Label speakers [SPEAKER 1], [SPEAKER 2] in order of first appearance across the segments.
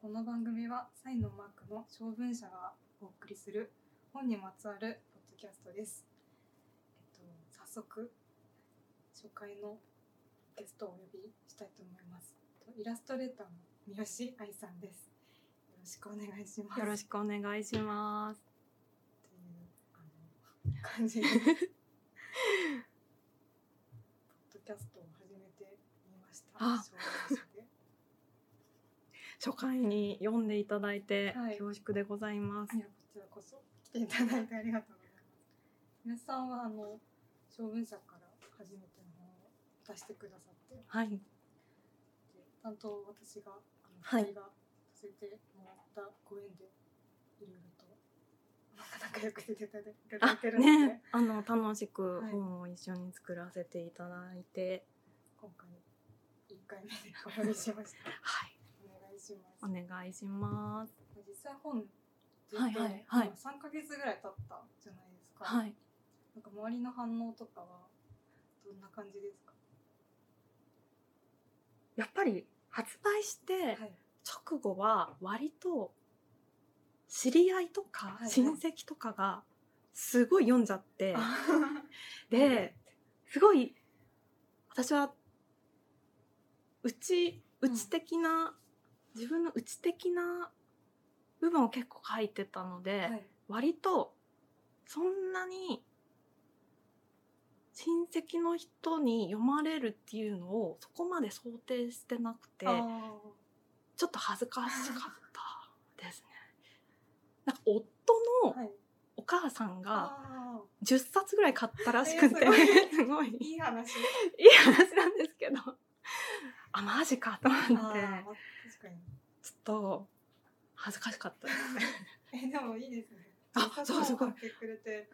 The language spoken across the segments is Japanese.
[SPEAKER 1] この番組はサイのマークの小文社がお送りする本にまつわるポッドキャストです。えっと早速初回のゲストをお呼びしたいと思います。とイラストレーターの三好愛さんです。よろしくお願いします。
[SPEAKER 2] よろしくお願いしま
[SPEAKER 1] っ
[SPEAKER 2] す。
[SPEAKER 1] ていうあの感 じでポッドキャストを始めてみました。
[SPEAKER 2] あ
[SPEAKER 1] 小文社で
[SPEAKER 2] 初回に読んでいただいて
[SPEAKER 1] はい
[SPEAKER 2] 恐縮でございます。
[SPEAKER 1] いやこちらこそ来ていただいてありがとうございます。皆さんはあの小文社から初めての本を出してくださって、で
[SPEAKER 2] はい、
[SPEAKER 1] 担当私があの
[SPEAKER 2] はい
[SPEAKER 1] 二人がさせてもらったご縁でいろいろと仲良くさせていただいて
[SPEAKER 2] あ
[SPEAKER 1] るので、
[SPEAKER 2] ね、あの楽しく
[SPEAKER 1] はい
[SPEAKER 2] 本を一緒に作らせていただいて、
[SPEAKER 1] 今回1回目でお呼びしました。
[SPEAKER 2] はい、
[SPEAKER 1] お願いします。
[SPEAKER 2] お願いします。
[SPEAKER 1] 実際本出て、
[SPEAKER 2] はいはいはい
[SPEAKER 1] 今3ヶ月ぐらい経ったじゃないですか。
[SPEAKER 2] はい、
[SPEAKER 1] なんか周りの反応とかはどんな感じですか。
[SPEAKER 2] やっぱり発売して
[SPEAKER 1] はい。
[SPEAKER 2] 直後は割と知り合いと
[SPEAKER 1] は
[SPEAKER 2] か
[SPEAKER 1] いはい
[SPEAKER 2] 親戚とかがすごい読んじゃって、
[SPEAKER 1] で
[SPEAKER 2] で、すごい私はうちうち的な、自分のうち的な部分を結構書いてたので、
[SPEAKER 1] はい、
[SPEAKER 2] 割とそんなに親戚の人に読まれるっていうのをそこまで想定してなくて
[SPEAKER 1] あー
[SPEAKER 2] ちょっと恥ずかしかったですね。なんか夫の
[SPEAKER 1] はい、
[SPEAKER 2] お母さんが
[SPEAKER 1] あ
[SPEAKER 2] 10冊ぐらい買ったらしくて、
[SPEAKER 1] えー
[SPEAKER 2] すごい
[SPEAKER 1] ーいい話。
[SPEAKER 2] いい話なんですけどあマジかと
[SPEAKER 1] あー
[SPEAKER 2] 思
[SPEAKER 1] ま
[SPEAKER 2] って
[SPEAKER 1] 確かに。
[SPEAKER 2] ちょっと恥ずかしかったです
[SPEAKER 1] えでもいいですね。
[SPEAKER 2] あそうすごい
[SPEAKER 1] 買ってくれて、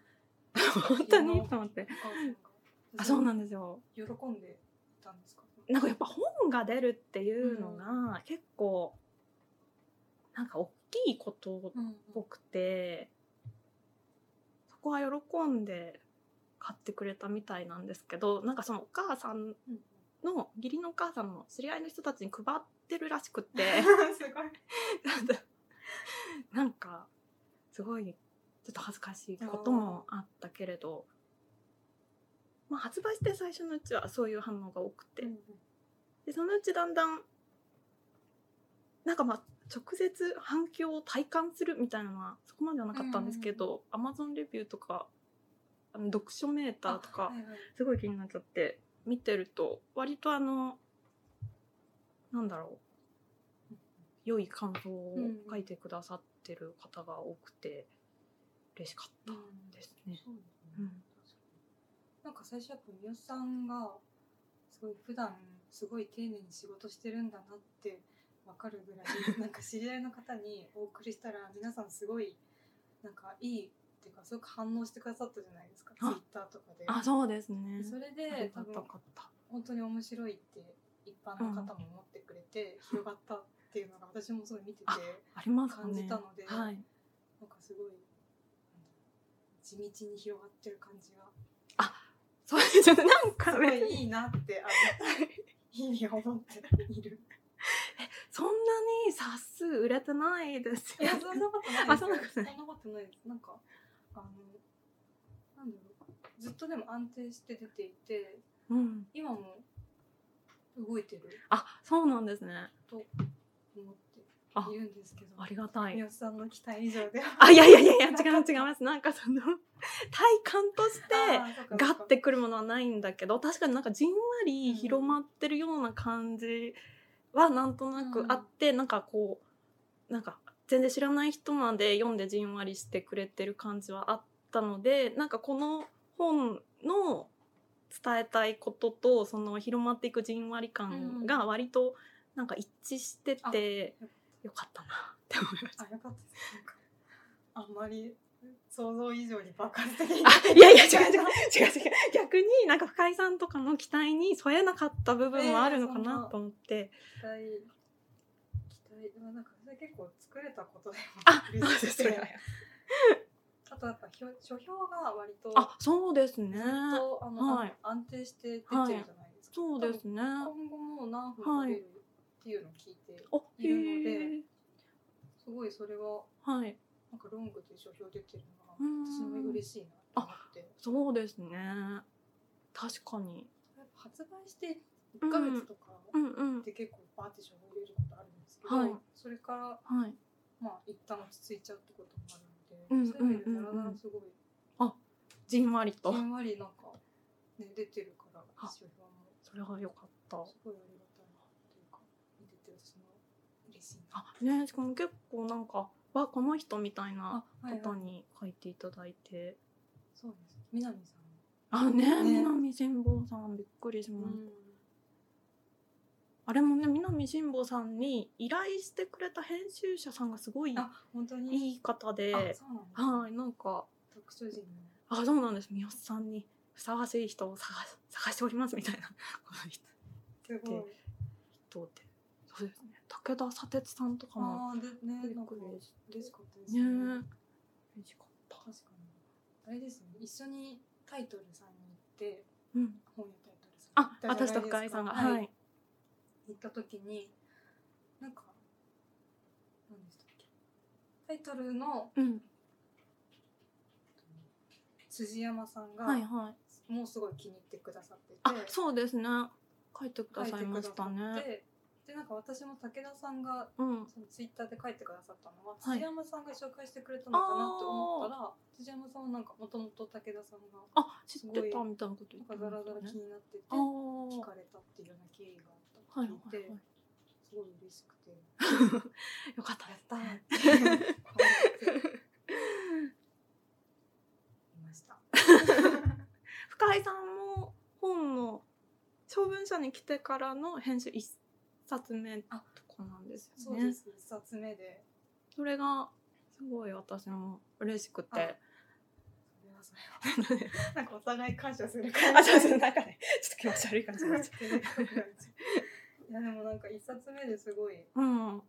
[SPEAKER 2] 本当にと思っ
[SPEAKER 1] お
[SPEAKER 2] て
[SPEAKER 1] 母さんが。
[SPEAKER 2] あそうなんんですよ
[SPEAKER 1] 喜んでいたんですか。
[SPEAKER 2] なんかやっぱ本が出るっていうのが結構なんか大きいことっ
[SPEAKER 1] うん、
[SPEAKER 2] ぽくてそこは喜んで買ってくれたみたいなんですけどなんかそのお母さん
[SPEAKER 1] うん、
[SPEAKER 2] の義理のお母さんの知り合いの人たちに配ってるらしく て
[SPEAKER 1] すごい。
[SPEAKER 2] なんかすごいちょっと恥ずかしいこともあったけれどまあ、発売して最初のうちはそういう反応が多くて、
[SPEAKER 1] うん
[SPEAKER 2] でそのうちだんだんなんかまあ直接反響を体感するみたいなのはそこまではなかったんですけど、Amazon レビューとかあの読書メーターと
[SPEAKER 1] あ
[SPEAKER 2] か、
[SPEAKER 1] はいはい
[SPEAKER 2] すごい気になっちゃって見てると割とあのなんだろう良い感想を書いてくださってる方が多くて嬉しかった
[SPEAKER 1] うん
[SPEAKER 2] ですね。
[SPEAKER 1] そうですね
[SPEAKER 2] うん
[SPEAKER 1] なんか最初やっぱ三好さんがすごい普段すごい丁寧に仕事してるんだなってわかるぐら いなんか知り合いの方にお送りしたら皆さんすごいなんかいいっていうかすごく反応してくださったじゃないですかツイ
[SPEAKER 2] あ
[SPEAKER 1] ッターとかで
[SPEAKER 2] あそうですね。
[SPEAKER 1] それ
[SPEAKER 2] あり
[SPEAKER 1] で多
[SPEAKER 2] がた
[SPEAKER 1] 分
[SPEAKER 2] かった。
[SPEAKER 1] 本当に面白いって一般の方も思ってくれて広がったっていうのが私もすごい見てて
[SPEAKER 2] あありますかね。
[SPEAKER 1] 感じたので
[SPEAKER 2] はい。
[SPEAKER 1] なんかすごい地道に広がってる感じが
[SPEAKER 2] そうですね。なんか
[SPEAKER 1] すご
[SPEAKER 2] ね
[SPEAKER 1] いいいなってあの日々思っている。
[SPEAKER 2] そんなに冊数売れてないです
[SPEAKER 1] いや
[SPEAKER 2] よ。
[SPEAKER 1] そんなことない
[SPEAKER 2] あそうなん
[SPEAKER 1] で
[SPEAKER 2] ですす
[SPEAKER 1] よ。
[SPEAKER 2] ね
[SPEAKER 1] そんなことないです。なんかあのなんだろうずっとでも安定して出ていて
[SPEAKER 2] うん。
[SPEAKER 1] 今も動いてる
[SPEAKER 2] あそうなんですね。
[SPEAKER 1] と思っ
[SPEAKER 2] あ
[SPEAKER 1] ているんですけど。
[SPEAKER 2] ありがたい
[SPEAKER 1] 三。好さんの期待以上では。
[SPEAKER 2] あいやいやいやいや違う違います。なんかその 体感として。
[SPEAKER 1] あーそうかそうか
[SPEAKER 2] ガッてくるものはないんだけど確かになんかじんわり広まってるような感じはなんとなくあって、なんかこうなんか全然知らない人まで読んでじんわりしてくれてる感じはあったのでなんかこの本の伝えたいこととその広まっていくじんわり感が割となんか一致してて、よかったなって思いました。
[SPEAKER 1] あよかったです。なんかあんまり想像以上に爆発的に。
[SPEAKER 2] あいやいや違う違う 違う違う逆になんか深井さんとかの期待に添えなかった部分もあるのか
[SPEAKER 1] えーそん
[SPEAKER 2] な
[SPEAKER 1] な
[SPEAKER 2] と思って、
[SPEAKER 1] 期待期待はなんかそれ結構作れたことでも
[SPEAKER 2] あ
[SPEAKER 1] 嬉しくて
[SPEAKER 2] そうですね
[SPEAKER 1] あとやっぱ表書評が割とずっ
[SPEAKER 2] あそうですね
[SPEAKER 1] とあの、
[SPEAKER 2] はい
[SPEAKER 1] 安定して出てるじゃないですか、
[SPEAKER 2] そうですねあ
[SPEAKER 1] 今後も何本出るっていうのを聞いて、い
[SPEAKER 2] へ
[SPEAKER 1] るので
[SPEAKER 2] ー
[SPEAKER 1] ごいそれは
[SPEAKER 2] はい
[SPEAKER 1] なんかロングという書評出てるのは
[SPEAKER 2] うん
[SPEAKER 1] 私も嬉しいなと思って
[SPEAKER 2] そうですね確かに
[SPEAKER 1] やっぱ発売して1ヶ月とか
[SPEAKER 2] うんうん
[SPEAKER 1] で結構バーって書評入れることあるんですけど、
[SPEAKER 2] はい
[SPEAKER 1] それから
[SPEAKER 2] はい
[SPEAKER 1] まあ一旦落ち着いちゃうってこともあ
[SPEAKER 2] う
[SPEAKER 1] る
[SPEAKER 2] ん
[SPEAKER 1] ので、そういう意味
[SPEAKER 2] う
[SPEAKER 1] で
[SPEAKER 2] ん
[SPEAKER 1] だらだ
[SPEAKER 2] うんう
[SPEAKER 1] ら
[SPEAKER 2] ん
[SPEAKER 1] すごい
[SPEAKER 2] じんわりと
[SPEAKER 1] じんわりなんか、ね、出てるから
[SPEAKER 2] あ
[SPEAKER 1] 書評も
[SPEAKER 2] それは良かった
[SPEAKER 1] すごいありがたいなっていうか見てて私も嬉しいな。
[SPEAKER 2] あねしかも結構なんかわこの人みたいな
[SPEAKER 1] はいはい
[SPEAKER 2] 方に書いていただいて、
[SPEAKER 1] そうです。南さん。
[SPEAKER 2] あね
[SPEAKER 1] ね
[SPEAKER 2] 南神保さんびっくりしました、あれもね南神保さんに依頼してくれた編集者さんがすごい
[SPEAKER 1] あ、本当に。
[SPEAKER 2] いい方
[SPEAKER 1] あ、
[SPEAKER 2] で
[SPEAKER 1] そうなんですね。
[SPEAKER 2] はいなんか
[SPEAKER 1] 特徴人の。
[SPEAKER 2] あそうなんです三好さんにふさわしい人を探し探しておりますみたいなこの人
[SPEAKER 1] すごい。
[SPEAKER 2] 人でそうですね武田砂鉄さんとかも
[SPEAKER 1] ああ、で、ね、
[SPEAKER 2] び
[SPEAKER 1] な
[SPEAKER 2] っ
[SPEAKER 1] んか
[SPEAKER 2] くりし
[SPEAKER 1] 嬉しかったで
[SPEAKER 2] て
[SPEAKER 1] す
[SPEAKER 2] ね
[SPEAKER 1] ね。
[SPEAKER 2] 嬉しかった
[SPEAKER 1] 確かに。あれですね。一緒にタイトルさんに行って、
[SPEAKER 2] うん
[SPEAKER 1] 本屋タイトルさん。
[SPEAKER 2] あ私と深井
[SPEAKER 1] 井
[SPEAKER 2] さんがはい。
[SPEAKER 1] 行った時に、なんか、何でしたっけ。タイトルの
[SPEAKER 2] うん
[SPEAKER 1] 辻山さんが、
[SPEAKER 2] はいはい
[SPEAKER 1] もうすごい気に入ってくださってて。
[SPEAKER 2] あそうですね書いてく
[SPEAKER 1] 書
[SPEAKER 2] だ
[SPEAKER 1] いて
[SPEAKER 2] さいま
[SPEAKER 1] くだ
[SPEAKER 2] し
[SPEAKER 1] さ
[SPEAKER 2] た
[SPEAKER 1] っ
[SPEAKER 2] ね
[SPEAKER 1] てでなんか私も武田さんが
[SPEAKER 2] うん
[SPEAKER 1] そのツイッターで書いてくださったのは
[SPEAKER 2] はい
[SPEAKER 1] 辻山さんが紹介してくれたのかなって思ったら、辻山さんはなんかもともと武田さんが
[SPEAKER 2] あ知ってたみたいなこと言
[SPEAKER 1] なんか
[SPEAKER 2] って
[SPEAKER 1] ザ
[SPEAKER 2] ま
[SPEAKER 1] ラザラ
[SPEAKER 2] した
[SPEAKER 1] 気
[SPEAKER 2] ね
[SPEAKER 1] になってて
[SPEAKER 2] あ
[SPEAKER 1] 聞
[SPEAKER 2] ー
[SPEAKER 1] かれたっていうような経緯があっ
[SPEAKER 2] は
[SPEAKER 1] た
[SPEAKER 2] い
[SPEAKER 1] って聞て、すご
[SPEAKER 2] はいいはい
[SPEAKER 1] い嬉しくて
[SPEAKER 2] よかった
[SPEAKER 1] やっ
[SPEAKER 2] で す
[SPEAKER 1] たーっ
[SPEAKER 2] ね
[SPEAKER 1] て思っていました。
[SPEAKER 2] 深井さんも本の長文社に来てからの編集一冊目とかなんです
[SPEAKER 1] そ
[SPEAKER 2] よ
[SPEAKER 1] うで
[SPEAKER 2] ね。
[SPEAKER 1] す一冊目 で
[SPEAKER 2] それがすごい私も嬉しくて。
[SPEAKER 1] それはそれはなんかお互い感謝する感じ
[SPEAKER 2] あ、そうです。なん かね、ちょっと気持ち悪い感じになっちゃ。
[SPEAKER 1] いやでもなんか一冊目ですごいう
[SPEAKER 2] うん。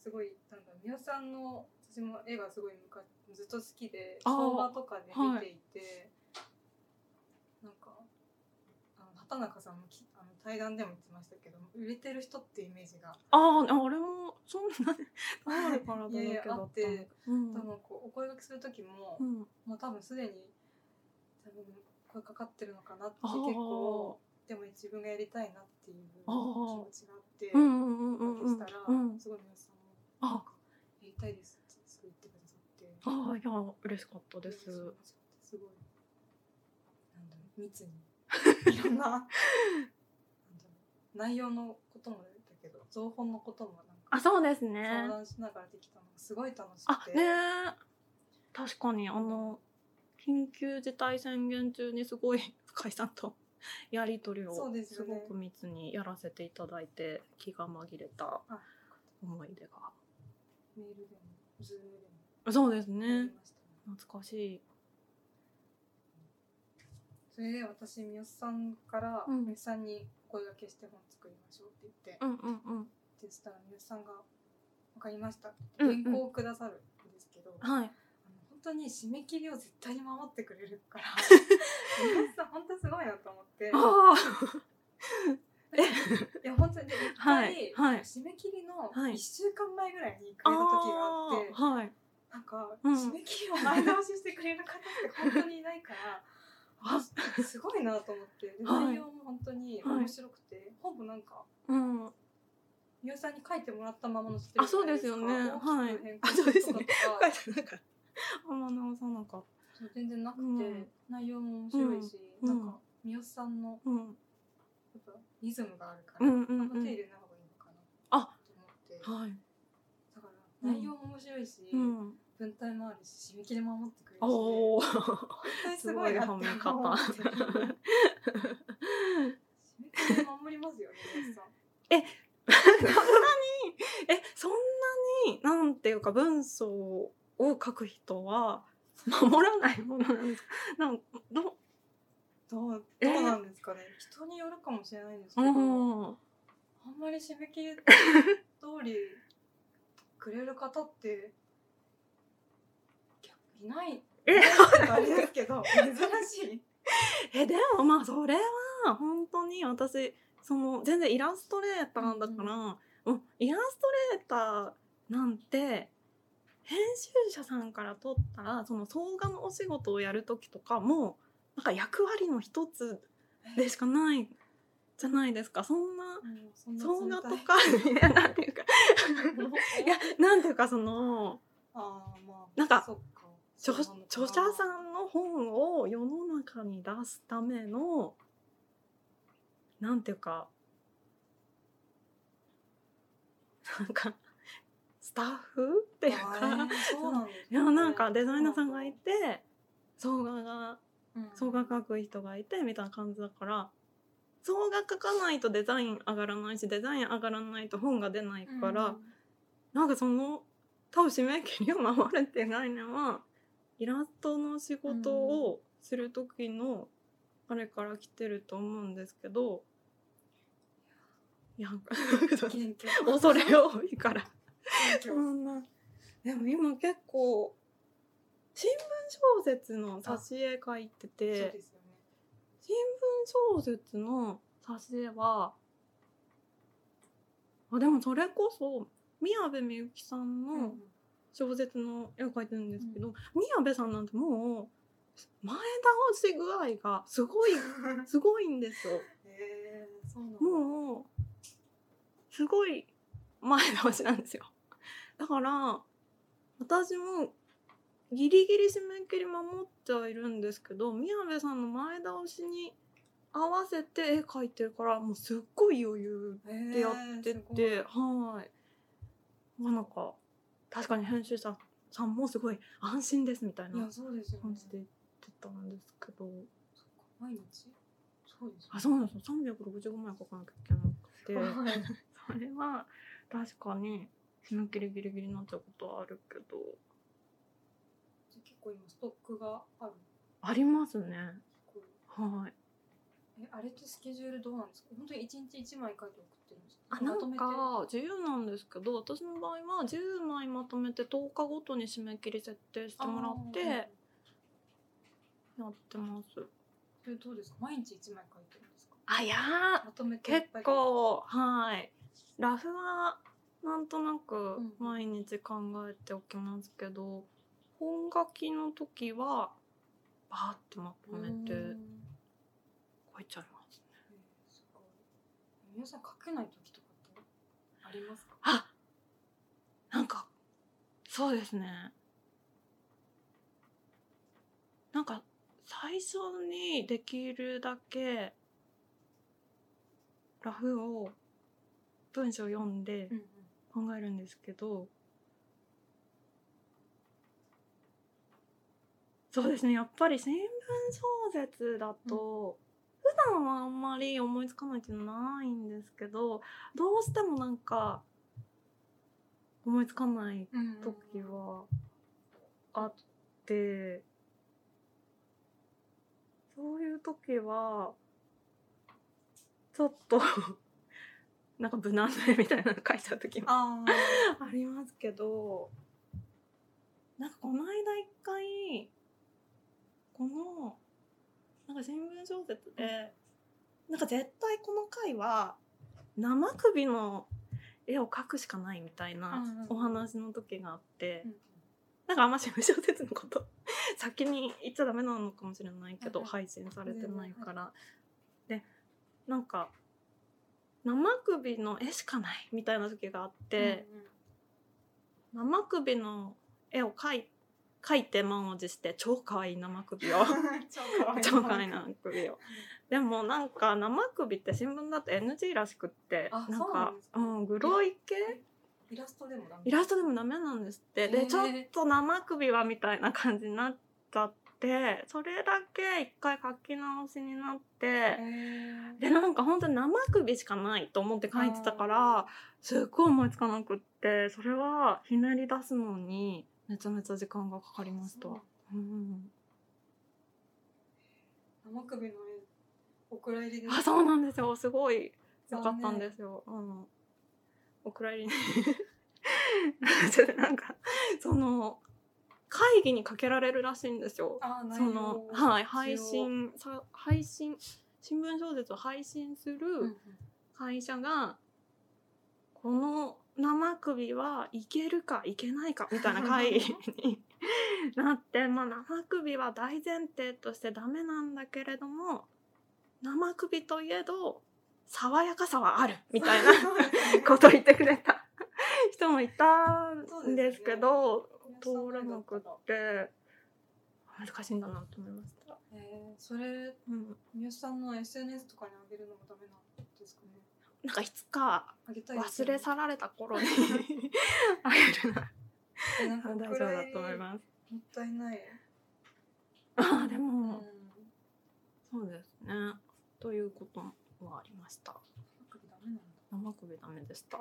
[SPEAKER 1] すごいなんか美代さんの私も絵がすごい昔ずっと好きで
[SPEAKER 2] あー
[SPEAKER 1] 相場とかで見ていて、なんかあの畑中さんもきあの対談でも言ってましたけど売れてる人っていうイメージが、
[SPEAKER 2] あー、あれも、そんな、なんでからだ
[SPEAKER 1] いやい
[SPEAKER 2] け
[SPEAKER 1] やあ
[SPEAKER 2] だっ
[SPEAKER 1] った
[SPEAKER 2] の
[SPEAKER 1] て
[SPEAKER 2] か。うん
[SPEAKER 1] 多分こうお声掛けする時も、
[SPEAKER 2] うん。
[SPEAKER 1] もう多分すでに多分声かかってるのかなって
[SPEAKER 2] あ
[SPEAKER 1] 結構
[SPEAKER 2] ー
[SPEAKER 1] でも自分がやりたいなっていう気
[SPEAKER 2] あー
[SPEAKER 1] 持ちがあって。
[SPEAKER 2] うんうんうんうんう
[SPEAKER 1] し
[SPEAKER 2] ん
[SPEAKER 1] たら、
[SPEAKER 2] うん。
[SPEAKER 1] すごい皆さんも「
[SPEAKER 2] あ
[SPEAKER 1] なんかやりたいです」ってすごい言ってくださって
[SPEAKER 2] ああ、いや、嬉しかったで
[SPEAKER 1] 嬉しい
[SPEAKER 2] す。
[SPEAKER 1] ですすごいなんだろう 密にいろんななんだろう内容のこともだけど情報のこともなん
[SPEAKER 2] あ、
[SPEAKER 1] か
[SPEAKER 2] そうです
[SPEAKER 1] 相
[SPEAKER 2] ね。
[SPEAKER 1] 談しながらできたのがすごい楽し
[SPEAKER 2] あ
[SPEAKER 1] くて、
[SPEAKER 2] ねえ確かにあの緊急事態宣言中にすごい深井さんと やり取り
[SPEAKER 1] そ
[SPEAKER 2] を
[SPEAKER 1] うです
[SPEAKER 2] す
[SPEAKER 1] よね
[SPEAKER 2] ごく密にやらせていただいて気が紛れた
[SPEAKER 1] あ
[SPEAKER 2] 思い出
[SPEAKER 1] メールでもズームでも
[SPEAKER 2] がそうです
[SPEAKER 1] や
[SPEAKER 2] ね
[SPEAKER 1] りましたね
[SPEAKER 2] 懐かしい
[SPEAKER 1] それで私三好さんから
[SPEAKER 2] うん
[SPEAKER 1] 三好さんに「声掛けして本作りましょう」って言って
[SPEAKER 2] う、んうんうん
[SPEAKER 1] でそしたら三好さんが「分かりました」
[SPEAKER 2] うんう
[SPEAKER 1] 原
[SPEAKER 2] ん
[SPEAKER 1] 稿をくださるんですけど、あの
[SPEAKER 2] はい
[SPEAKER 1] 本当に締め切りを絶対に守ってくれるから 三好さん本当すごいなと思って
[SPEAKER 2] あ
[SPEAKER 1] い
[SPEAKER 2] あ
[SPEAKER 1] や本当にで一
[SPEAKER 2] は
[SPEAKER 1] 回、
[SPEAKER 2] いはい
[SPEAKER 1] 締め切りの
[SPEAKER 2] はい
[SPEAKER 1] 1週間前ぐらいにく
[SPEAKER 2] あ
[SPEAKER 1] れた時が あって、
[SPEAKER 2] ーはい
[SPEAKER 1] なんか、
[SPEAKER 2] うん
[SPEAKER 1] 締め切りを前倒ししてくれる方って本当にいないから。
[SPEAKER 2] あ
[SPEAKER 1] あすごいなと思ってで
[SPEAKER 2] はい
[SPEAKER 1] 内容も本当に面白くて、本もなんか
[SPEAKER 2] うん
[SPEAKER 1] 美容さんに書いてもらったままのしてる
[SPEAKER 2] あそうですよね
[SPEAKER 1] 大きく変更
[SPEAKER 2] はいあそうですね
[SPEAKER 1] とか
[SPEAKER 2] 深井さんなんかあんま直さなかっ
[SPEAKER 1] そう全然なくて、
[SPEAKER 2] うん
[SPEAKER 1] 内容も面白いし、
[SPEAKER 2] うん
[SPEAKER 1] なんか三好さんの
[SPEAKER 2] た、うん、
[SPEAKER 1] やっぱリズムがあるか
[SPEAKER 2] う
[SPEAKER 1] ら、
[SPEAKER 2] んうん
[SPEAKER 1] あんま
[SPEAKER 2] う
[SPEAKER 1] 手入
[SPEAKER 2] ん
[SPEAKER 1] れない方がいいのかな
[SPEAKER 2] あ
[SPEAKER 1] と思って、
[SPEAKER 2] はい
[SPEAKER 1] だから内容も面白いし、
[SPEAKER 2] うん
[SPEAKER 1] 文体もあるし締め切りも守ってくれるし、
[SPEAKER 2] おお
[SPEAKER 1] 本当 にすごいなって思って
[SPEAKER 2] すごい褒め方
[SPEAKER 1] 締め切り守りますよね三好さん
[SPEAKER 2] そんなに えそんなになんていうか文章を書く人は守らないものなんですかなんど
[SPEAKER 1] どう
[SPEAKER 2] え
[SPEAKER 1] どうなんですかね、人によるかもしれないんですけ
[SPEAKER 2] う
[SPEAKER 1] ど、あん
[SPEAKER 2] ん
[SPEAKER 1] まり締め切り通りくれる方って逆いない
[SPEAKER 2] え
[SPEAKER 1] あれですけ ど珍しい
[SPEAKER 2] えでもまあそれは本当に私その全然イラストレーターだから、もうイラストレーターなんて編集者さんから取ったらその総画のお仕事をやる時とかもなんか役割の一つでしかないじゃないですかそん
[SPEAKER 1] もう
[SPEAKER 2] な
[SPEAKER 1] そんな
[SPEAKER 2] 総
[SPEAKER 1] 冷
[SPEAKER 2] 画
[SPEAKER 1] た
[SPEAKER 2] と
[SPEAKER 1] い
[SPEAKER 2] かいやなんていうかいや なんていうかその
[SPEAKER 1] あーまあ
[SPEAKER 2] なんか
[SPEAKER 1] そっか
[SPEAKER 2] 著
[SPEAKER 1] そうな
[SPEAKER 2] 著
[SPEAKER 1] のかな
[SPEAKER 2] 者さんの本を世の中に出すためのなんていうかなんかスタッフっていう
[SPEAKER 1] あ
[SPEAKER 2] か
[SPEAKER 1] ーそうなの
[SPEAKER 2] いやなんかデザイナーさんがいて総画が
[SPEAKER 1] うん
[SPEAKER 2] 総画書く人がいてみたいな感じだから総画書かないとデザイン上がらないしデザイン上がらないと本が出ないから、
[SPEAKER 1] うん
[SPEAKER 2] なんかその多分指名権利を守るっていう概念はイラストの仕事をする時のあれから来てると思うんですけどいや
[SPEAKER 1] 謙虚
[SPEAKER 2] 恐れ多いから
[SPEAKER 1] 謙
[SPEAKER 2] そ
[SPEAKER 1] 虚
[SPEAKER 2] んなでも今結構新聞小説の挿絵書いて
[SPEAKER 1] そう
[SPEAKER 2] て
[SPEAKER 1] ですよね
[SPEAKER 2] 新聞小説の挿絵はあでもそれこそ宮部みゆきさん
[SPEAKER 1] うんう
[SPEAKER 2] の
[SPEAKER 1] ん
[SPEAKER 2] 小説の絵を描いてるんですけど、宮部さんなんてもう前倒し具合がすごいすごいんですよ。
[SPEAKER 1] へーそうなの
[SPEAKER 2] もうすごい前倒しなんですよ。だから私もギリギリ締め切り守ってはいるんですけど宮部さんの前倒しに合わせて絵描いてるからもうすっごい余裕
[SPEAKER 1] へー
[SPEAKER 2] でやって
[SPEAKER 1] すごい
[SPEAKER 2] て、はい。まあなんか確かに編集者さんもすごい安心ですみたい
[SPEAKER 1] いや
[SPEAKER 2] な
[SPEAKER 1] そうですよ
[SPEAKER 2] 感
[SPEAKER 1] ね
[SPEAKER 2] じで言ってたんですけど、
[SPEAKER 1] そっか毎日そうですよね
[SPEAKER 2] あそうなんですよ。365枚書かなきゃいけなくて。
[SPEAKER 1] はい
[SPEAKER 2] それは確かに締め切りギリギリになっちゃうことはあるけど
[SPEAKER 1] じゃあ結構今ストックがある
[SPEAKER 2] ありますね
[SPEAKER 1] こう
[SPEAKER 2] はい
[SPEAKER 1] えあれってスケジュールどうなんですか本当に一日一枚書いて送ってるんですか
[SPEAKER 2] あな
[SPEAKER 1] まと
[SPEAKER 2] ん
[SPEAKER 1] めて
[SPEAKER 2] か自由なんですけど私の場合は10枚まとめて10日ごとに締め切り設定してもらって
[SPEAKER 1] あーうん
[SPEAKER 2] やってます
[SPEAKER 1] それどうですか毎日一枚書いてるんですか
[SPEAKER 2] あいや
[SPEAKER 1] まとめ
[SPEAKER 2] ー
[SPEAKER 1] ていっ
[SPEAKER 2] 結
[SPEAKER 1] ぱい
[SPEAKER 2] 構はいラフはなんとなく
[SPEAKER 1] うん
[SPEAKER 2] 毎日考えておきますけど、本書きの時はバーってまとめ
[SPEAKER 1] う
[SPEAKER 2] て
[SPEAKER 1] ん
[SPEAKER 2] 書いちゃいます
[SPEAKER 1] えーすごい皆さん書けない時とかってありますか
[SPEAKER 2] あなんか、そうですね。なんか、最初にできるだけ、ラフを、文章読んで
[SPEAKER 1] うんうん
[SPEAKER 2] 考えるんですけど、そうですね、やっぱり新聞小説だと、普段はあんまり思いつかないっていうのはないんですけど、どうしてもなんか、思いつかない
[SPEAKER 1] うんうん
[SPEAKER 2] 時はあって、そういう時は、ちょっと、 なんか無難でみたいなの書いちゃう時も
[SPEAKER 1] あー
[SPEAKER 2] ありますけど、なんかこの間一回、この、なんか新聞小説で、なんか絶対この回は、生首の絵を描くしかないみたいな
[SPEAKER 1] うんうん
[SPEAKER 2] お話の時があって、
[SPEAKER 1] うんうん
[SPEAKER 2] なんかあんま新聞小説のこと 先に言っちゃダメなのかもしれないけど、
[SPEAKER 1] はいは
[SPEAKER 2] 配信されてないから。でなんか生首の絵しかないみたいな時があって、
[SPEAKER 1] うんうん
[SPEAKER 2] 生首の絵を描い描いて満を持して超可愛い生首を
[SPEAKER 1] 超可愛い
[SPEAKER 2] 超可愛い生首を
[SPEAKER 1] うん
[SPEAKER 2] でもなんか生首って新聞だと NG らしくって
[SPEAKER 1] あ
[SPEAKER 2] なん
[SPEAKER 1] そうな
[SPEAKER 2] か
[SPEAKER 1] んです
[SPEAKER 2] う
[SPEAKER 1] か
[SPEAKER 2] んグロい系
[SPEAKER 1] イラストでもダメ
[SPEAKER 2] イラストでもダメなんですって
[SPEAKER 1] へ
[SPEAKER 2] で
[SPEAKER 1] ー
[SPEAKER 2] ちょっと生首はみたいな感じになっちゃってそれだけ一回書き直しになって
[SPEAKER 1] へー
[SPEAKER 2] でなんか本当に生首しかないと思って書いてたからすっごい思いつかなくってそれはひねり出すのにめちゃめちゃ時間がかかりました。うん、
[SPEAKER 1] 生首の絵お蔵入りで
[SPEAKER 2] あそうなんですよすごいよかったんですよ。うん、お蔵入りに ちょっとなんかその会議にかけられるらしいんですよ。
[SPEAKER 1] あー内
[SPEAKER 2] そ
[SPEAKER 1] 容
[SPEAKER 2] の
[SPEAKER 1] を
[SPEAKER 2] はい
[SPEAKER 1] 一応
[SPEAKER 2] 配信さ配信新聞小説を配信す
[SPEAKER 1] うんう
[SPEAKER 2] る
[SPEAKER 1] ん
[SPEAKER 2] 会社がこの生首はいけるかいけないかみたいな回に なって、まあ、生首は大前提としてダメなんだけれども生首といえど爽やかさはあるみたいな ことを言ってくれた 人もいたんですけど 通らなくっ
[SPEAKER 1] った
[SPEAKER 2] て難しいんだなと思いました。
[SPEAKER 1] えー、それ
[SPEAKER 2] うん、
[SPEAKER 1] 三好さんの SNS とかに上げるのもダメなんですかね
[SPEAKER 2] なんかいつか
[SPEAKER 1] あげたいです
[SPEAKER 2] 忘
[SPEAKER 1] よね
[SPEAKER 2] れ去られた頃に あげるな
[SPEAKER 1] えなんか
[SPEAKER 2] 大丈
[SPEAKER 1] く
[SPEAKER 2] 夫
[SPEAKER 1] ら
[SPEAKER 2] だと思います。
[SPEAKER 1] もったいない、
[SPEAKER 2] ああ で
[SPEAKER 1] うん、
[SPEAKER 2] も、そうですね。ということはありました。
[SPEAKER 1] なんかダメなんだ
[SPEAKER 2] 生首ダメでした。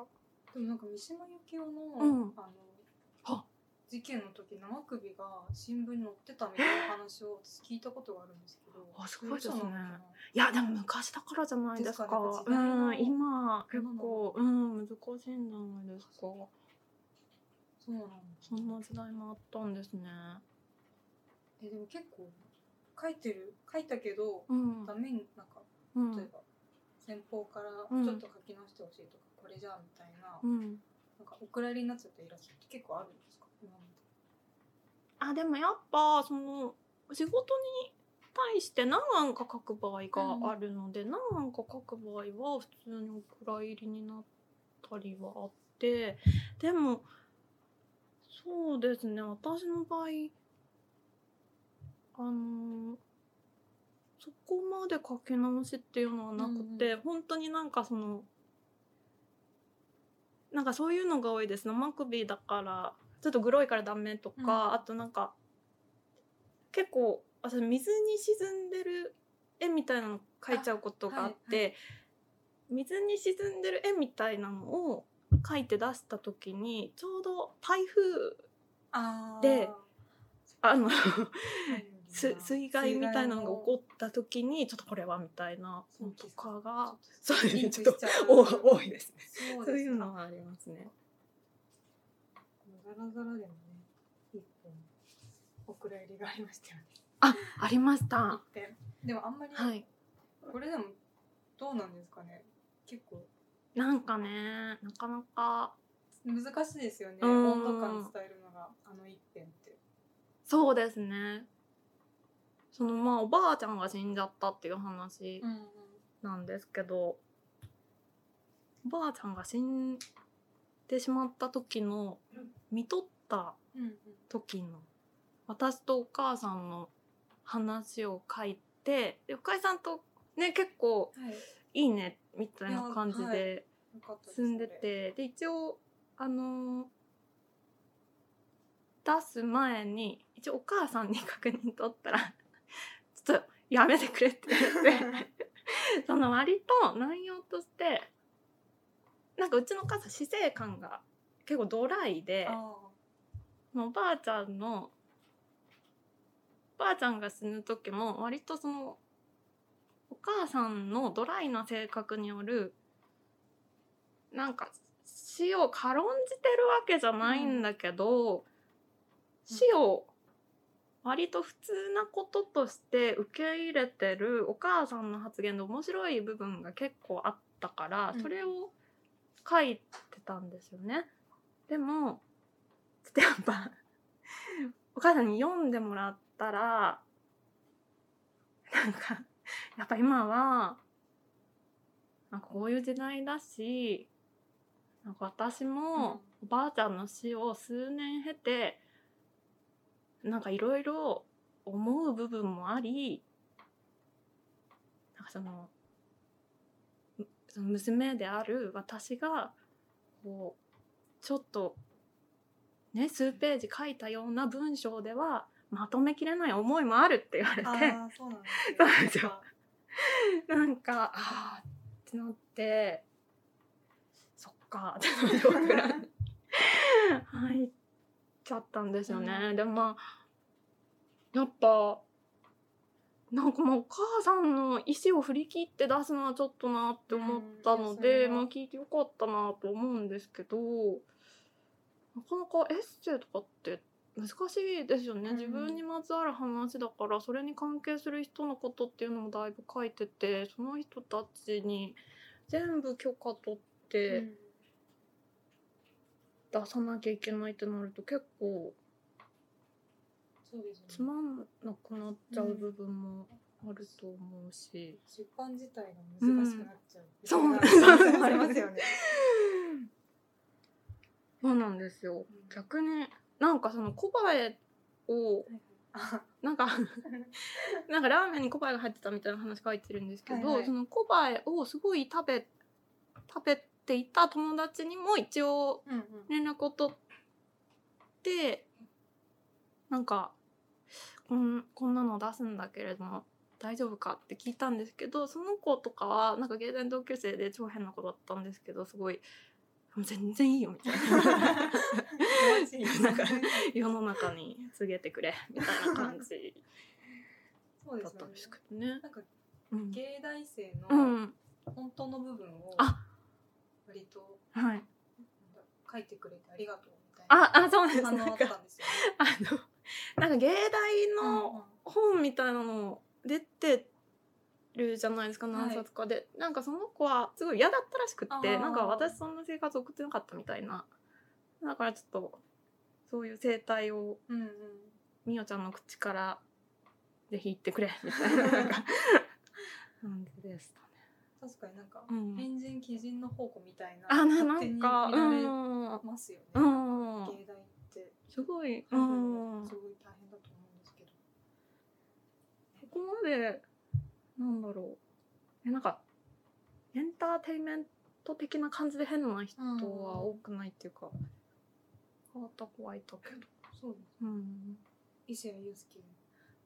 [SPEAKER 1] でもなんか三島由紀夫の、
[SPEAKER 2] うん
[SPEAKER 1] あの
[SPEAKER 2] は
[SPEAKER 1] 事件の時生首が新聞に載ってたみたいな話を私聞いたことがあるんですけど
[SPEAKER 2] あすごいですね
[SPEAKER 1] それ嘘なのかない
[SPEAKER 2] やでも昔だからじゃないですか。
[SPEAKER 1] ですか
[SPEAKER 2] う
[SPEAKER 1] ね
[SPEAKER 2] ん
[SPEAKER 1] 時代
[SPEAKER 2] 今結構うん難しいんじゃないですか。
[SPEAKER 1] そうなの
[SPEAKER 2] そんな時代もあったんですね。
[SPEAKER 1] えでも結構書いてる書いたけど、
[SPEAKER 2] うん
[SPEAKER 1] ダメになんか
[SPEAKER 2] う
[SPEAKER 1] 例え
[SPEAKER 2] ん
[SPEAKER 1] ば、先方から
[SPEAKER 2] うん
[SPEAKER 1] ちょっと書き直してほしいとか、これじゃあみたいな,、
[SPEAKER 2] うん。
[SPEAKER 1] なんかお蔵入りになっちゃったイラストって結構あるんですか今まで
[SPEAKER 2] あでもやっぱその仕事に対して何案か書く場合があるので、何案か書く場合は普通にお蔵入りになったりはあってでもそうですね私の場合あのそこまで書き直しっていうのはなくて、
[SPEAKER 1] うん
[SPEAKER 2] 本当になんかそのなんかそういうのが多いです生首だからちょっとグロいからダメとか、
[SPEAKER 1] うん
[SPEAKER 2] あとなんか結構私水に沈んでる絵みたいなの描いちゃうことがあって
[SPEAKER 1] あはい
[SPEAKER 2] 水に沈んでる絵みたいなのを描いて出した時にちょうど台風
[SPEAKER 1] あ
[SPEAKER 2] であ のす水
[SPEAKER 1] 水
[SPEAKER 2] 害みたいなのが起こ
[SPEAKER 1] っ
[SPEAKER 2] った時にちょっとこれはみたいなのとかが
[SPEAKER 1] そう
[SPEAKER 2] そう
[SPEAKER 1] リ
[SPEAKER 2] い
[SPEAKER 1] ン
[SPEAKER 2] う
[SPEAKER 1] ク
[SPEAKER 2] ち
[SPEAKER 1] し
[SPEAKER 2] ょっ
[SPEAKER 1] ちゃう
[SPEAKER 2] とお多いですね。
[SPEAKER 1] そう
[SPEAKER 2] そう
[SPEAKER 1] です
[SPEAKER 2] い
[SPEAKER 1] ね
[SPEAKER 2] うのはありますね。
[SPEAKER 1] ザラザラでもね一本お蔵入りがありましたよね
[SPEAKER 2] あありました。
[SPEAKER 1] 一点でもあんまり、
[SPEAKER 2] はい。
[SPEAKER 1] これでもどうなんですかね結構
[SPEAKER 2] なんかねなかなか
[SPEAKER 1] 難しいですよね
[SPEAKER 2] うん
[SPEAKER 1] 温度感伝えるのがあの一点って
[SPEAKER 2] そうですね。そのまあおばあちゃんが死んじゃったっていう話
[SPEAKER 1] んうん
[SPEAKER 2] なんですけど、おばあちゃんが死んでしまった時の見とった
[SPEAKER 1] うんうん
[SPEAKER 2] 時の私とお母さんの話を書いてで深井さんとね結構
[SPEAKER 1] はい
[SPEAKER 2] いいねみたいな感じ
[SPEAKER 1] いやは
[SPEAKER 2] で
[SPEAKER 1] よかったです
[SPEAKER 2] 進んでてで一応あのー出す前に一応お母さんに確認取ったら 「ちょっとやめてくれ」って言って その割と内容としてなんかうちのお母さん死生観が結構ドライで。
[SPEAKER 1] そ れあ
[SPEAKER 2] もうおばあちゃんのおばあちゃんが死ぬ時も割とそのお母さんのドライな性格によるなんか死を軽んじてるわけじゃないんだけど、死を割と普通なこととして受け入れてるお母さんの発言で面白い部分が結構あったから
[SPEAKER 1] うん
[SPEAKER 2] それを書いてたんですよね。でもちょっとやっぱお母さんに読んでもらったらなんかやっぱ今はなんかこういう時代だしなんか私もおばあちゃんの死を数年経てなんかいろいろ思う部分もありなんかそのむその娘である私がこうちょっとね数ページ書いたような文章ではまとめきれない思いもあるって言われ
[SPEAKER 1] あ
[SPEAKER 2] て。
[SPEAKER 1] ーそうなんですね
[SPEAKER 2] そうなんですよ
[SPEAKER 1] やっ
[SPEAKER 2] なんか、あーってなって、そっかーってな って、入っちゃったんですよね。でもまあ、やっぱ、なんかまあお母さんの意思を振り切って出すのはちょっとなって思った
[SPEAKER 1] うんい
[SPEAKER 2] の
[SPEAKER 1] やそ
[SPEAKER 2] で、
[SPEAKER 1] れは
[SPEAKER 2] まあ聞いてよかったなと思うんですけど、なかなかエッセイとかって難しいですよね、
[SPEAKER 1] うん
[SPEAKER 2] 自分にまつわる話だからそれに関係する人のことっていうのもだいぶ書いててその人たちに全部許可取っ
[SPEAKER 1] ぱ
[SPEAKER 2] て
[SPEAKER 1] うん
[SPEAKER 2] 出さなきゃいけないってなると結構
[SPEAKER 1] そうです
[SPEAKER 2] つ
[SPEAKER 1] ね
[SPEAKER 2] まんなくなっちゃう部分もあると思うし、
[SPEAKER 1] 出版自体が難しくなっちゃう、
[SPEAKER 2] そう
[SPEAKER 1] ありますよね
[SPEAKER 2] そうなんですよ逆になんかその小林を
[SPEAKER 1] あ
[SPEAKER 2] なん かなんかラーメンに小林が入ってたみたいな話書いてるんですけど、
[SPEAKER 1] はいはい
[SPEAKER 2] その小林をすごい食べ食べていた友達にも一応
[SPEAKER 1] うんうん
[SPEAKER 2] 連絡を取ってなんかこんこんなの出すんだけれども大丈夫かって聞いたんですけどその子とかはなんか芸大の同級生で超変な子だったんですけどすごい「全然いいよ」みた いな
[SPEAKER 1] マジ
[SPEAKER 2] なんか世の中に告げてくれみたいな感じ
[SPEAKER 1] そうで
[SPEAKER 2] だっ
[SPEAKER 1] す
[SPEAKER 2] た
[SPEAKER 1] よ
[SPEAKER 2] ん
[SPEAKER 1] ね
[SPEAKER 2] ですけどね。
[SPEAKER 1] なんか
[SPEAKER 2] うん
[SPEAKER 1] 芸大生
[SPEAKER 2] う
[SPEAKER 1] の
[SPEAKER 2] ん
[SPEAKER 1] 本当の部分を
[SPEAKER 2] あ
[SPEAKER 1] 割と
[SPEAKER 2] はい、
[SPEAKER 1] なんだ書いてくれてありがとうみたいな
[SPEAKER 2] ああそうなんです
[SPEAKER 1] 反応だ
[SPEAKER 2] な
[SPEAKER 1] っ
[SPEAKER 2] んか
[SPEAKER 1] たんですよ
[SPEAKER 2] あのなんか芸大
[SPEAKER 1] ね。
[SPEAKER 2] の本みたいなの出てるじゃないですか何冊かで、なんかその子はすごい嫌だったらしくっ
[SPEAKER 1] あ
[SPEAKER 2] て
[SPEAKER 1] ー
[SPEAKER 2] なんか私そんな生活送ってなかったみたいなだからちょっとそういう生態を
[SPEAKER 1] うんうん。
[SPEAKER 2] みおちゃんの口からぜひ言ってくれみたいななんか 感じでしたね。
[SPEAKER 1] 確かになんか
[SPEAKER 2] うん、
[SPEAKER 1] 変人鬼人の宝庫みたいな。
[SPEAKER 2] あなな
[SPEAKER 1] 勝手に
[SPEAKER 2] んか
[SPEAKER 1] 見
[SPEAKER 2] う
[SPEAKER 1] られ
[SPEAKER 2] ん、
[SPEAKER 1] ますよね。
[SPEAKER 2] うん、
[SPEAKER 1] 芸大って
[SPEAKER 2] すごい、う
[SPEAKER 1] 入るの
[SPEAKER 2] ん
[SPEAKER 1] がす、ごい大変だと思うんですけど。
[SPEAKER 2] ここまでなんだろうえなんかエンターテインメント的な感じで変な人は多くないっていうか、変わった子はいたけど
[SPEAKER 1] そうです。
[SPEAKER 2] うん
[SPEAKER 1] 伊勢谷友介。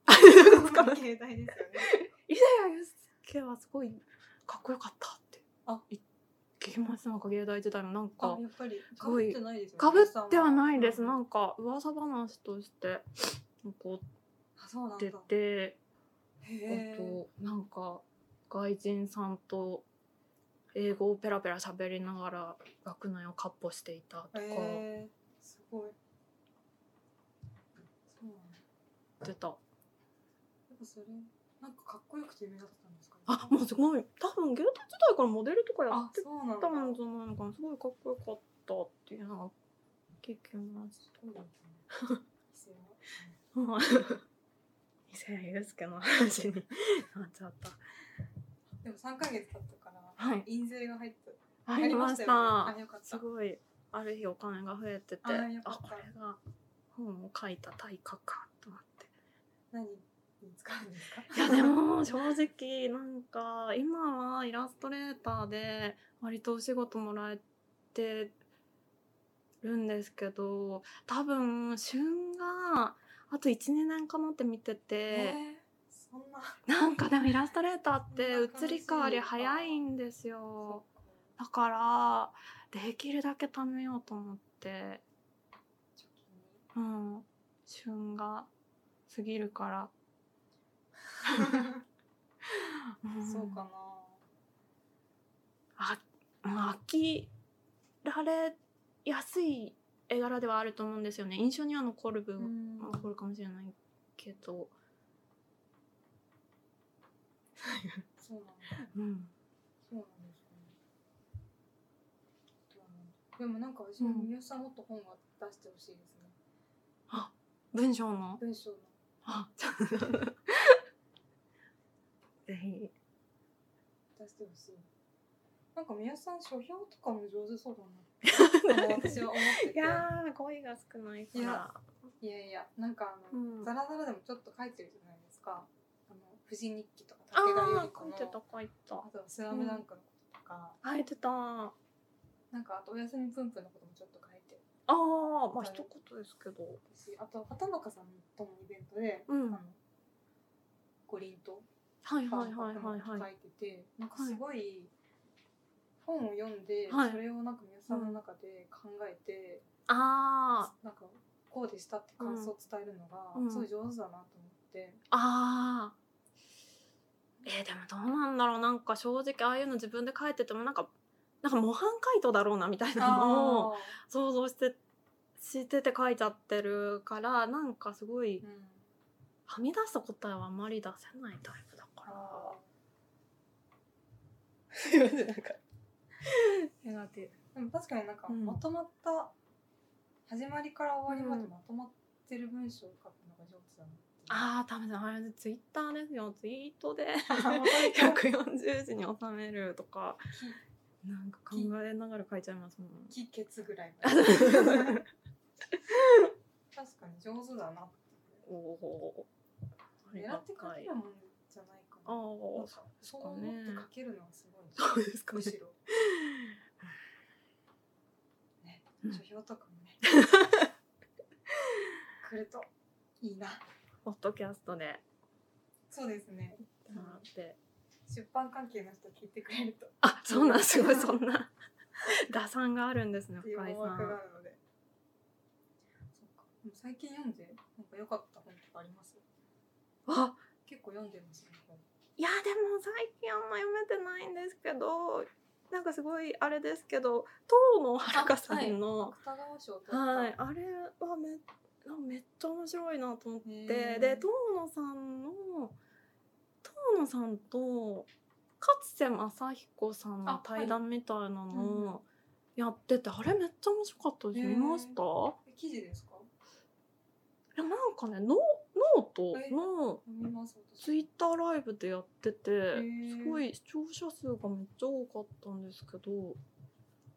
[SPEAKER 2] ですか
[SPEAKER 1] 芸大ですよね。
[SPEAKER 2] 伊勢谷友介はすごいかっこよかったって
[SPEAKER 1] あ
[SPEAKER 2] い聞きますなんか芸大時代のなん
[SPEAKER 1] あ
[SPEAKER 2] か
[SPEAKER 1] やっぱり
[SPEAKER 2] す
[SPEAKER 1] か
[SPEAKER 2] ご
[SPEAKER 1] ぶ
[SPEAKER 2] い
[SPEAKER 1] ってないですよね。
[SPEAKER 2] かぶってはないです
[SPEAKER 1] うん
[SPEAKER 2] なんか噂話として残っ
[SPEAKER 1] あそうなんだ。
[SPEAKER 2] てて。
[SPEAKER 1] へ
[SPEAKER 2] あ
[SPEAKER 1] ー
[SPEAKER 2] となんか外人さんと英語をペラペラ喋りながら学内をかっ歩していたとか
[SPEAKER 1] へーすごい。そうなんだ。
[SPEAKER 2] 出た、
[SPEAKER 1] やっぱそれなんかかっこよくて有名だったんですかね。
[SPEAKER 2] あもうすごい多分芸大時代からモデルとかや
[SPEAKER 1] あ
[SPEAKER 2] って
[SPEAKER 1] そうなんだ。
[SPEAKER 2] たんじゃないのかなすごいかっこよかったっていうのは聞きます
[SPEAKER 1] そうなんですね。ですよね
[SPEAKER 2] はい 伊勢谷友介の話になっちゃった
[SPEAKER 1] でも三ヶ月経ったから、
[SPEAKER 2] はい
[SPEAKER 1] 印税が入った。
[SPEAKER 2] ありました
[SPEAKER 1] あよかっ
[SPEAKER 2] す
[SPEAKER 1] た。
[SPEAKER 2] ごいある日お金が増えてて
[SPEAKER 1] あーよか
[SPEAKER 2] あ
[SPEAKER 1] った
[SPEAKER 2] これが本を書いた対価かと思って
[SPEAKER 1] 何に使うんですか。
[SPEAKER 2] いやでも正直なんか今はイラストレーターで割とお仕事もらえてるんですけど多分旬があと12年かなって見て
[SPEAKER 1] え
[SPEAKER 2] て
[SPEAKER 1] ー、そんな。
[SPEAKER 2] なんかでもイラストレーターって移り変わり
[SPEAKER 1] そんな感じ
[SPEAKER 2] 早いんです
[SPEAKER 1] そ
[SPEAKER 2] よ
[SPEAKER 1] っか
[SPEAKER 2] だからできるだけ貯めようと思って
[SPEAKER 1] 貯金に
[SPEAKER 2] うん旬が過ぎるから、ん
[SPEAKER 1] そうかな。
[SPEAKER 2] あまあ飽きられやすい絵柄ではあると思うんですよね印象には残る分、
[SPEAKER 1] ん
[SPEAKER 2] まあ残るかもしれないけど、
[SPEAKER 1] そうなんだ。
[SPEAKER 2] うん、
[SPEAKER 1] そうなんですね。どうなんだでもなんか私もみよさんもっと本は出してほしいですね。
[SPEAKER 2] 文章の
[SPEAKER 1] 文章の。
[SPEAKER 2] あぜひ
[SPEAKER 1] 出してほしい。なんか宮さん書評とかも上手そうだな。あの私は思ってて。
[SPEAKER 2] いやー恋が少ないか
[SPEAKER 1] い
[SPEAKER 2] ら
[SPEAKER 1] やいやいや、なんかあの、
[SPEAKER 2] うん
[SPEAKER 1] ザラザラでもちょっと書いてるじゃないですか。あの、富士日記とか
[SPEAKER 2] あ
[SPEAKER 1] 武田
[SPEAKER 2] あ
[SPEAKER 1] 由
[SPEAKER 2] ー
[SPEAKER 1] 里子
[SPEAKER 2] 書
[SPEAKER 1] の。
[SPEAKER 2] いてた書いてた
[SPEAKER 1] あとスラムダンクのこととか、
[SPEAKER 2] 書いてたあ
[SPEAKER 1] なんかあとおやすみぷんぷんのこともちょっと書いてる
[SPEAKER 2] あーまあ一言ですけど
[SPEAKER 1] し、あと畑中さんとのイベントで、
[SPEAKER 2] うん
[SPEAKER 1] あの五輪と
[SPEAKER 2] はい
[SPEAKER 1] パ
[SPEAKER 2] は
[SPEAKER 1] ン
[SPEAKER 2] い
[SPEAKER 1] の
[SPEAKER 2] はい
[SPEAKER 1] ことも
[SPEAKER 2] はい
[SPEAKER 1] 書
[SPEAKER 2] はい
[SPEAKER 1] いてて、なんかすごい本を読んで、
[SPEAKER 2] はい
[SPEAKER 1] それをなんか皆さんの中で考えて。
[SPEAKER 2] あ
[SPEAKER 1] なんかこうでしたって感想を伝えるのが
[SPEAKER 2] うん
[SPEAKER 1] すごい上手だなと思 って、
[SPEAKER 2] ーあーえー、でもどうなんだろうなんか正直ああいうの自分で書いててもなんかなんか模範解答だろうなみたいなのを
[SPEAKER 1] あ
[SPEAKER 2] 想像してしてて書いちゃってるからなんかすごい
[SPEAKER 1] ー、うん、
[SPEAKER 2] はみ出した答えはあまり出せないタイプだから
[SPEAKER 1] あ
[SPEAKER 2] すいませんなんか
[SPEAKER 1] ーでも確かになんか
[SPEAKER 2] うん
[SPEAKER 1] まとまった始まりから終わりまでまとまってる文章を書くのが上手だなって
[SPEAKER 2] ああ、ダメだ。あれ、ツイッターですよ。ツイートで
[SPEAKER 1] わかる
[SPEAKER 2] 140字に収めるとか、なんか考えながら書いちゃいますもん。
[SPEAKER 1] 気気欠ぐらいま
[SPEAKER 2] あ
[SPEAKER 1] で
[SPEAKER 2] そう
[SPEAKER 1] 確かに上手だなって
[SPEAKER 2] おおー。
[SPEAKER 1] 狙って書けるもんじゃないか
[SPEAKER 2] あ
[SPEAKER 1] ななん
[SPEAKER 2] あ、
[SPEAKER 1] かそう思って書けるのはすごい
[SPEAKER 2] そうですか
[SPEAKER 1] む
[SPEAKER 2] ね。
[SPEAKER 1] しろね
[SPEAKER 2] うん
[SPEAKER 1] 書評とかもね来るといいな
[SPEAKER 2] ポッドキャストで、
[SPEAKER 1] そうですね
[SPEAKER 2] もらって。
[SPEAKER 1] 出版関係の人聞いてくれると
[SPEAKER 2] あ、そうなん、すごい、そんな。 打算があるんですね、
[SPEAKER 1] っていう
[SPEAKER 2] 深井
[SPEAKER 1] 思
[SPEAKER 2] さ
[SPEAKER 1] 惑が
[SPEAKER 2] ん。
[SPEAKER 1] あるのでそっかでも最近読んでなんか良かった本とかあります
[SPEAKER 2] あ、
[SPEAKER 1] 結構読んでますね本
[SPEAKER 2] いやでも最近あんま読めてないんですけどなんかすごいあれですけど遠野遥さんの
[SPEAKER 1] 芥川賞と
[SPEAKER 2] はい、あれはめなんかめっちゃ面白いなと思って
[SPEAKER 1] へー
[SPEAKER 2] で遠野さんの遠野さんと勝瀬正彦さんの対談みたいな
[SPEAKER 1] あ
[SPEAKER 2] のやっててあ,、れめっちゃ面白かったです
[SPEAKER 1] へー
[SPEAKER 2] 見ました
[SPEAKER 1] え記事ですか
[SPEAKER 2] いやなんかねノノートの
[SPEAKER 1] 読みます私
[SPEAKER 2] ツイッターライブでやってて、
[SPEAKER 1] ー
[SPEAKER 2] すごい視聴者数がめっちゃ多かったんですけど、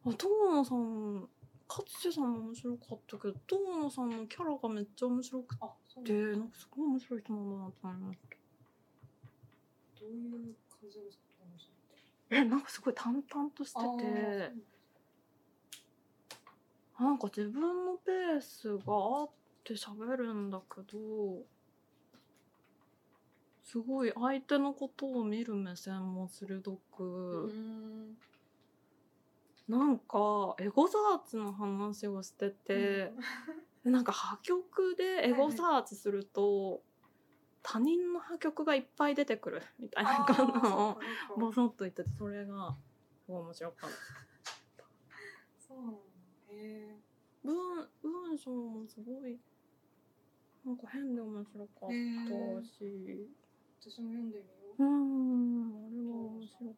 [SPEAKER 2] あ、友野さん、勝瀬さんも面白かったけど、友野さんのキャラがめっちゃ面白く
[SPEAKER 1] あそう
[SPEAKER 2] て、
[SPEAKER 1] なんだ
[SPEAKER 2] なんかすごい面白い人なんだなと思いました。
[SPEAKER 1] どういう感じなんですか芥川賞って
[SPEAKER 2] え、なんかすごい淡々として
[SPEAKER 1] あーそうなん
[SPEAKER 2] て
[SPEAKER 1] だ、
[SPEAKER 2] なんか自分のペースがあって喋るんだけど、すごい相手のことを見る目線も鋭く、
[SPEAKER 1] うーん
[SPEAKER 2] なんかエゴサーチの話をしてて、でなんか破局でエゴサーチすると、他人の破局がいっぱい出てくるみたいな
[SPEAKER 1] ーそう
[SPEAKER 2] の
[SPEAKER 1] かそう
[SPEAKER 2] を
[SPEAKER 1] か
[SPEAKER 2] ボソッと言っててそれがすごい面白かった
[SPEAKER 1] そうなのへ
[SPEAKER 2] 文文章もすごいなんか変で面白か
[SPEAKER 1] えへ
[SPEAKER 2] っ
[SPEAKER 1] え
[SPEAKER 2] たし、
[SPEAKER 1] 私も読んでみよう
[SPEAKER 2] うんあれは面白かっ